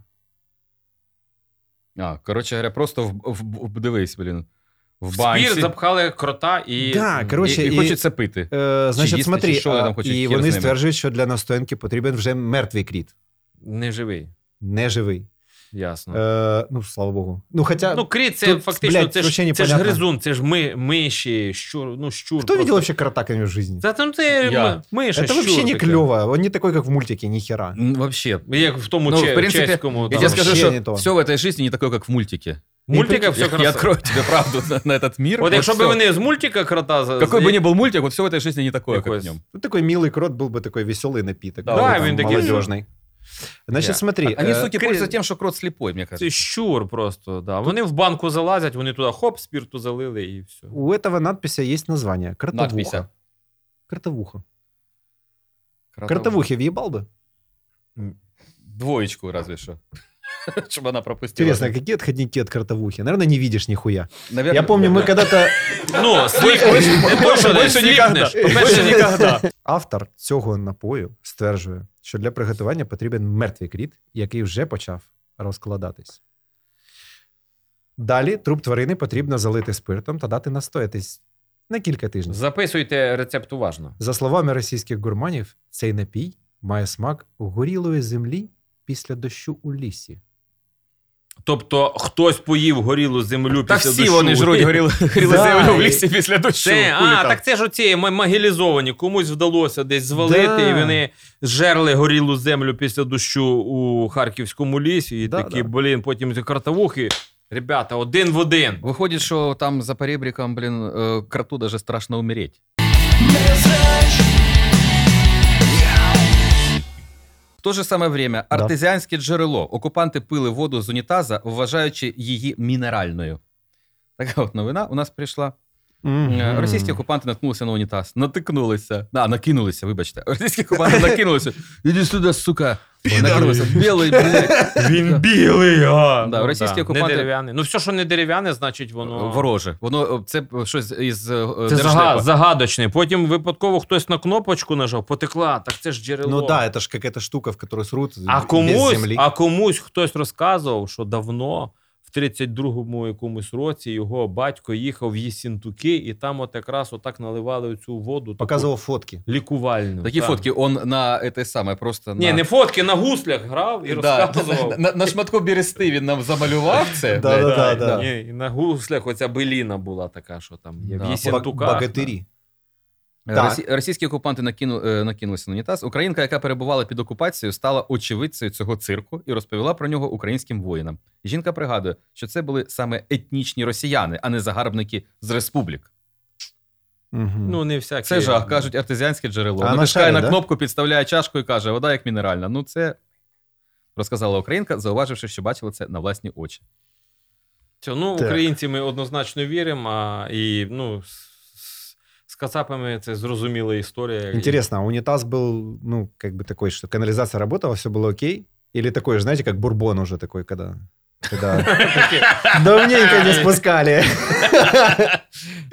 Speaker 1: А, короче говоря, просто в, в, в, дивись, блін. В
Speaker 2: В спір
Speaker 1: банці.
Speaker 2: запхали крота і...
Speaker 3: Да,
Speaker 1: І,
Speaker 3: короче,
Speaker 1: і,
Speaker 3: і-
Speaker 1: хочеться пити.
Speaker 3: Е, значить,
Speaker 1: їсти,
Speaker 3: смотри,
Speaker 1: чи що вони
Speaker 3: а,
Speaker 1: там хочуть,
Speaker 3: і
Speaker 1: хер з
Speaker 3: вони
Speaker 1: ними.
Speaker 3: стверджують, що для настоянки потрібен вже мертвий кріт,
Speaker 2: Не живий,
Speaker 3: не живий.
Speaker 2: ясно.
Speaker 3: Е, ну, слава Богу. Ну, хоча,
Speaker 2: Ну, кріт, це
Speaker 3: тут,
Speaker 2: фактично,
Speaker 3: блядь,
Speaker 2: це,
Speaker 3: вообще
Speaker 2: ж, це ж
Speaker 3: непонятно.
Speaker 2: гризун, це ж ми, миші, щур, ну, щур.
Speaker 3: кто видел
Speaker 2: просто.
Speaker 3: вообще крота когда-нибудь в жизни?
Speaker 2: Та там ти
Speaker 1: Я.
Speaker 2: ми- миша,
Speaker 3: Это вообще
Speaker 2: щур
Speaker 3: не
Speaker 2: таке.
Speaker 3: клево. Он не такой, как в мультике, ни хера.
Speaker 1: М, Вообще.
Speaker 2: Як в тому
Speaker 1: Ну,
Speaker 2: че-
Speaker 1: в принципі,
Speaker 2: чеському.
Speaker 1: Я
Speaker 2: там.
Speaker 1: тебе
Speaker 3: вообще
Speaker 1: скажу,
Speaker 3: не
Speaker 1: что
Speaker 3: то.
Speaker 1: все в этой жизни не такое, как в мультике.
Speaker 2: Мультика все
Speaker 1: я, я
Speaker 2: красиво.
Speaker 1: открою тебе правду на, на этот мир.
Speaker 2: От якщо б
Speaker 1: всё.
Speaker 2: вони з мультика крота... за-
Speaker 1: Какой
Speaker 2: за-
Speaker 1: бы ни был мультик, вот все в этой жизни не такое, как
Speaker 2: Какой-
Speaker 1: в нем.
Speaker 3: Ну, такой милый крот был бы такой веселый напиток.
Speaker 1: Да,
Speaker 3: такой
Speaker 2: да,
Speaker 3: там
Speaker 2: он такие-
Speaker 3: молодежный. Значит,
Speaker 2: Да.
Speaker 3: смотри.
Speaker 1: ну, А Они,
Speaker 3: э,
Speaker 1: суки,
Speaker 2: крин-
Speaker 1: пользуются тем, что крот слепой, мне кажется.
Speaker 2: Це щур просто, да. Вони в банку залазять, вони туди хоп, спірту залили і все.
Speaker 1: Ну,
Speaker 3: У этого надпися есть название. Кротовуха.
Speaker 1: Надпися.
Speaker 3: Кротовуха.
Speaker 1: Кротовуха.
Speaker 3: Кротовухи въебал бы?
Speaker 1: Двоечку разве что. Чтобы она пропустила.
Speaker 3: Интересно, а какие отходники от кротовухи? Наверное, не видишь нихуя.
Speaker 1: Наверное,
Speaker 3: Я помню, мы когда-то...
Speaker 2: Ну, слик,
Speaker 1: Больше
Speaker 2: ти
Speaker 1: никогда.
Speaker 2: сліпнеш. По-перше, нікогда.
Speaker 3: Автор цього напою стверджує, що для приготування потрібен мертвий кріт, який вже почав розкладатись. Далі труп тварини потрібно залити спиртом та дати настоятись на кілька тижнів.
Speaker 2: Записуйте рецепт уважно.
Speaker 3: За словами російських гурманів, цей напій має смак горілої землі після дощу у лісі.
Speaker 2: Тобто хтось поїв горілу землю
Speaker 1: Та
Speaker 2: після
Speaker 1: всі
Speaker 2: дощу.
Speaker 1: вони жруть горіли
Speaker 3: Да,
Speaker 1: землю в
Speaker 3: і-
Speaker 1: лісі після дощу.
Speaker 2: Це, а, так це ж оці м- могілізовані. Комусь вдалося десь звалити,
Speaker 3: Да.
Speaker 2: і вони жерли горілу землю після дощу у харківському лісі. І
Speaker 3: Да,
Speaker 2: такі,
Speaker 3: да.
Speaker 2: блін, потім ці картавухи. Ребята, один в один.
Speaker 1: Виходить, що там за поребриком, блін, е, кроту даже страшно умереть. В то же саме время артезіанське джерело. Окупанти пили воду з унітаза, вважаючи її мінеральною. Така от новина у нас прийшла. Е, Російські окупанти наткнулися на унітаз, натикнулися. А, накинулися, вибачте. Російські окупанти накинулися. Іди сюди, сука. Накинулися. Білий, блядь.
Speaker 2: Він білий. А. Ну
Speaker 1: Да, російські окупанти-
Speaker 2: Не дерев'яний. Ну, все, що не дерев'яне, значить воно.
Speaker 1: Вороже. Воно е, це е, щось із е,
Speaker 2: Це
Speaker 1: держдепа.
Speaker 2: зага... загадочне. Потім випадково хтось на кнопочку нажав, потекла. Так це ж джерело.
Speaker 3: Ну да, это ж какая-то штука, в которую срут
Speaker 2: А
Speaker 3: без
Speaker 2: комусь,
Speaker 3: земли.
Speaker 2: а комусь хтось розказував, що давно в 32-му якомусь році його батько їхав в Єсінтуки, і там от якраз отак наливали цю воду. таку
Speaker 3: Показывал фотки. Ну,
Speaker 2: лікувальну.
Speaker 1: Такі
Speaker 2: так.
Speaker 1: фотки, он на этой самой просто
Speaker 2: Ні,
Speaker 1: на...
Speaker 2: не фотки, на гуслях грав і
Speaker 1: Да,
Speaker 2: розказував.
Speaker 1: на, на шматку берести він нам замалював це.
Speaker 3: Да,
Speaker 1: блядь.
Speaker 3: да, да, да.
Speaker 2: Ні, і на гуслях оця беліна була така, що там є.
Speaker 1: Да.
Speaker 2: в
Speaker 3: Бак-
Speaker 2: Єсінтуках.
Speaker 3: Богатыри. Так.
Speaker 1: Росі... Російські окупанти накину... е, накинулися на унітаз. Українка, яка перебувала під окупацією, стала очевидцею цього цирку і розповіла про нього українським воїнам. Жінка пригадує, що це були саме етнічні росіяни, а не загарбники з республік.
Speaker 3: Мгм.
Speaker 2: Ну, не всякі.
Speaker 1: Це жах, кажуть артезіанське джерело.
Speaker 3: А
Speaker 1: А
Speaker 3: на
Speaker 1: Натискає
Speaker 3: шарі,
Speaker 1: на
Speaker 3: да?
Speaker 1: кнопку, підставляє чашку і каже: вода як мінеральна. Ну, це розказала українка, зауваживши, що бачила це на власні очі.
Speaker 2: Що, Ну,
Speaker 3: Так.
Speaker 2: українці ми однозначно віримо, а, і ну, з, з кацапами це зрозуміла історія.
Speaker 3: Интересно, а унитаз был, ну, как бы такой, что канализация работала, все было окей? Или такой, же, знаете, как бурбон уже такой, когда... когда... Давненько не спускали.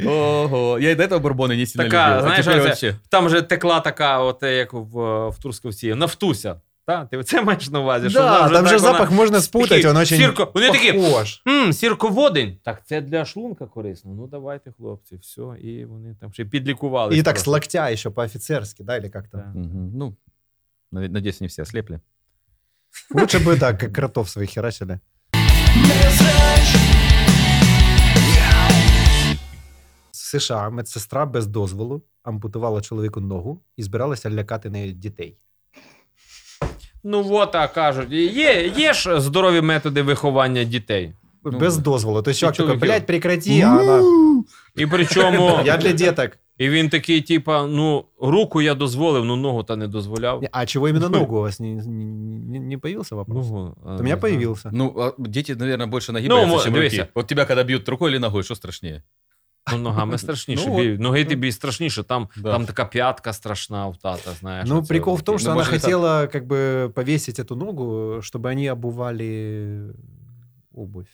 Speaker 1: Ого, я й до того бурбони не сильно
Speaker 2: Така,
Speaker 1: любив, а
Speaker 2: знаєш,
Speaker 1: тепер
Speaker 2: оце-
Speaker 1: вообще.
Speaker 2: Там же текла така, от е, як в, е, в Турсковці, нафтуся. Та? Ти це маєш на увазі? що вона
Speaker 3: Да, там
Speaker 2: так ну,
Speaker 3: же
Speaker 2: вона-
Speaker 3: запах можно спутать,
Speaker 2: такий
Speaker 3: он очень
Speaker 2: сірко- Вони такі,
Speaker 3: похож.
Speaker 2: М, сірководень. Так це для шлунка корисно. Ну давайте, хлопці, все. І вони там ще підлікували.
Speaker 3: И так с локтя еще по-офицерски, да, или как-то.
Speaker 1: Мгм, Ну, навіть- надіюсь, не всі осліплі.
Speaker 3: Лучше бы так, как кротов своих херачили. В США медсестра без дозволу ампутувала чоловіку ногу і збиралася лякати нею дітей.
Speaker 2: Ну от, а кажуть, є, є ж здорові методи виховання дітей.
Speaker 1: Ну,
Speaker 3: без дозволу. То есть чувак такой,
Speaker 2: чоловік-
Speaker 3: блядь, прекрати, а вона,
Speaker 2: І причому,
Speaker 3: я для деток.
Speaker 2: і він такий, типа, ну, руку я дозволив, ну ногу та не дозволяв.
Speaker 3: Не, А чего именно ногу у вас не, не, не- не появился вопрос?
Speaker 2: Ногу, а,
Speaker 3: У меня
Speaker 2: не знаю.
Speaker 3: появился.
Speaker 1: Ну, а дети, наверное, больше ноги
Speaker 2: Ну,
Speaker 1: боятся,
Speaker 2: мо-
Speaker 1: чем
Speaker 2: дивися.
Speaker 1: руки. От тебя, когда бьют рукой или ногой, що страшнее?
Speaker 2: Ну, ногами страшніше.
Speaker 1: Ну,
Speaker 2: бі- Ноги тобі страшніше, там,
Speaker 1: Да.
Speaker 2: там така п'ятка страшна у тата, знаєш.
Speaker 3: Ну,
Speaker 2: оце
Speaker 3: прикол
Speaker 2: от
Speaker 3: в том,
Speaker 2: таке.
Speaker 3: что
Speaker 1: Ну,
Speaker 3: она
Speaker 1: может, это-
Speaker 3: хотела как бы повесить эту ногу, чтобы они обували обувь.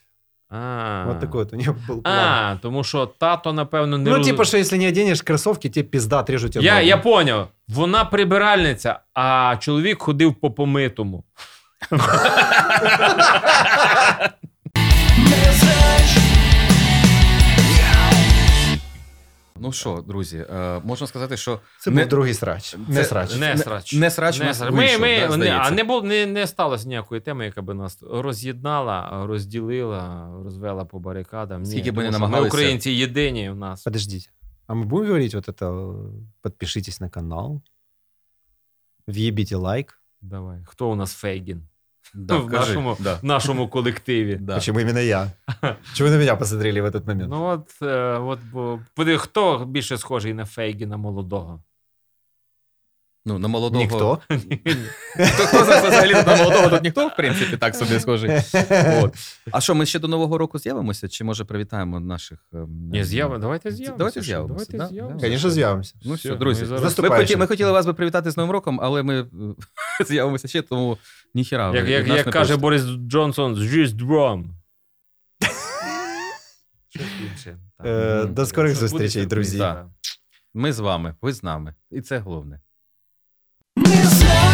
Speaker 2: А.
Speaker 3: Вот такой вот у нее был план.
Speaker 2: А, тому що тато, напевно, не
Speaker 3: Ну,
Speaker 2: роз-
Speaker 3: типа, что если не оденешь кроссовки, тебе пизда отрежут тебе
Speaker 2: Я,
Speaker 3: ногу.
Speaker 2: я поняв. Вона прибиральниця, а чоловік ходив по помитому.
Speaker 1: Ну що, друзі, е, можна сказати, що
Speaker 3: Це
Speaker 1: Не-
Speaker 3: був другий срач. Не
Speaker 1: це-
Speaker 3: срач.
Speaker 2: Не срач.
Speaker 1: не срач у
Speaker 2: Не
Speaker 1: нас
Speaker 2: срач.
Speaker 1: вийшов,
Speaker 2: ми,
Speaker 1: да,
Speaker 2: ми, не,
Speaker 1: здається.
Speaker 2: а не, було, не, не сталося ніякої теми, яка би нас роз'єднала, розділила, розвела по барикадам. Ні,
Speaker 1: Скільки б
Speaker 2: тому
Speaker 1: не
Speaker 2: що Ми
Speaker 1: намагалися.
Speaker 2: українці єдині в нас.
Speaker 3: Подождите. А мы будем говорить вот это? э, Подпишитесь на канал. Въебите лайк.
Speaker 2: Давай. Хто у нас Фейгін?
Speaker 1: Да,
Speaker 2: в,
Speaker 1: кажи,
Speaker 2: нашому,
Speaker 1: да.
Speaker 2: в нашому колективі.
Speaker 1: Да.
Speaker 3: Почему именно я? Чего вы на меня посмотрели в этот момент?
Speaker 2: Ну от, е, от бо, буде- хто більше схожий на Фейгіна молодого?
Speaker 1: Ну, на молодого.
Speaker 3: Никто.
Speaker 1: Хто, хто з нас взагалі на молодого тут ніхто, в принципі, так собі схожий. От. А що, ми ще до Нового року з'явимося? Чи може привітаємо наших. ем,
Speaker 2: Ні, з'яви, давайте з'явимося.
Speaker 1: Давайте
Speaker 2: що,
Speaker 1: з'явимося,
Speaker 2: Давайте
Speaker 1: да,
Speaker 2: з'явимося.
Speaker 3: Конечно, з'явимся.
Speaker 1: Ну
Speaker 2: Все,
Speaker 1: все, друзі.
Speaker 2: ми зараз-
Speaker 1: Ми,
Speaker 3: Наступаючим.
Speaker 1: хоті- ми хотіли вас би привітати з Новим роком, але ми е, з'явимося ще, тому ніхіра. ви
Speaker 2: Як, як,
Speaker 1: від нас
Speaker 2: як
Speaker 1: не
Speaker 2: каже
Speaker 1: просите.
Speaker 2: Борис Джонсон, «З'їсть дрон. Щось інше. Так.
Speaker 3: Е,
Speaker 2: Ну,
Speaker 3: До скорих
Speaker 2: буде,
Speaker 3: зустрічей,
Speaker 2: буде,
Speaker 3: друзі.
Speaker 2: да.
Speaker 1: Ми з вами, ви з нами. І це головне.
Speaker 6: Не знаю.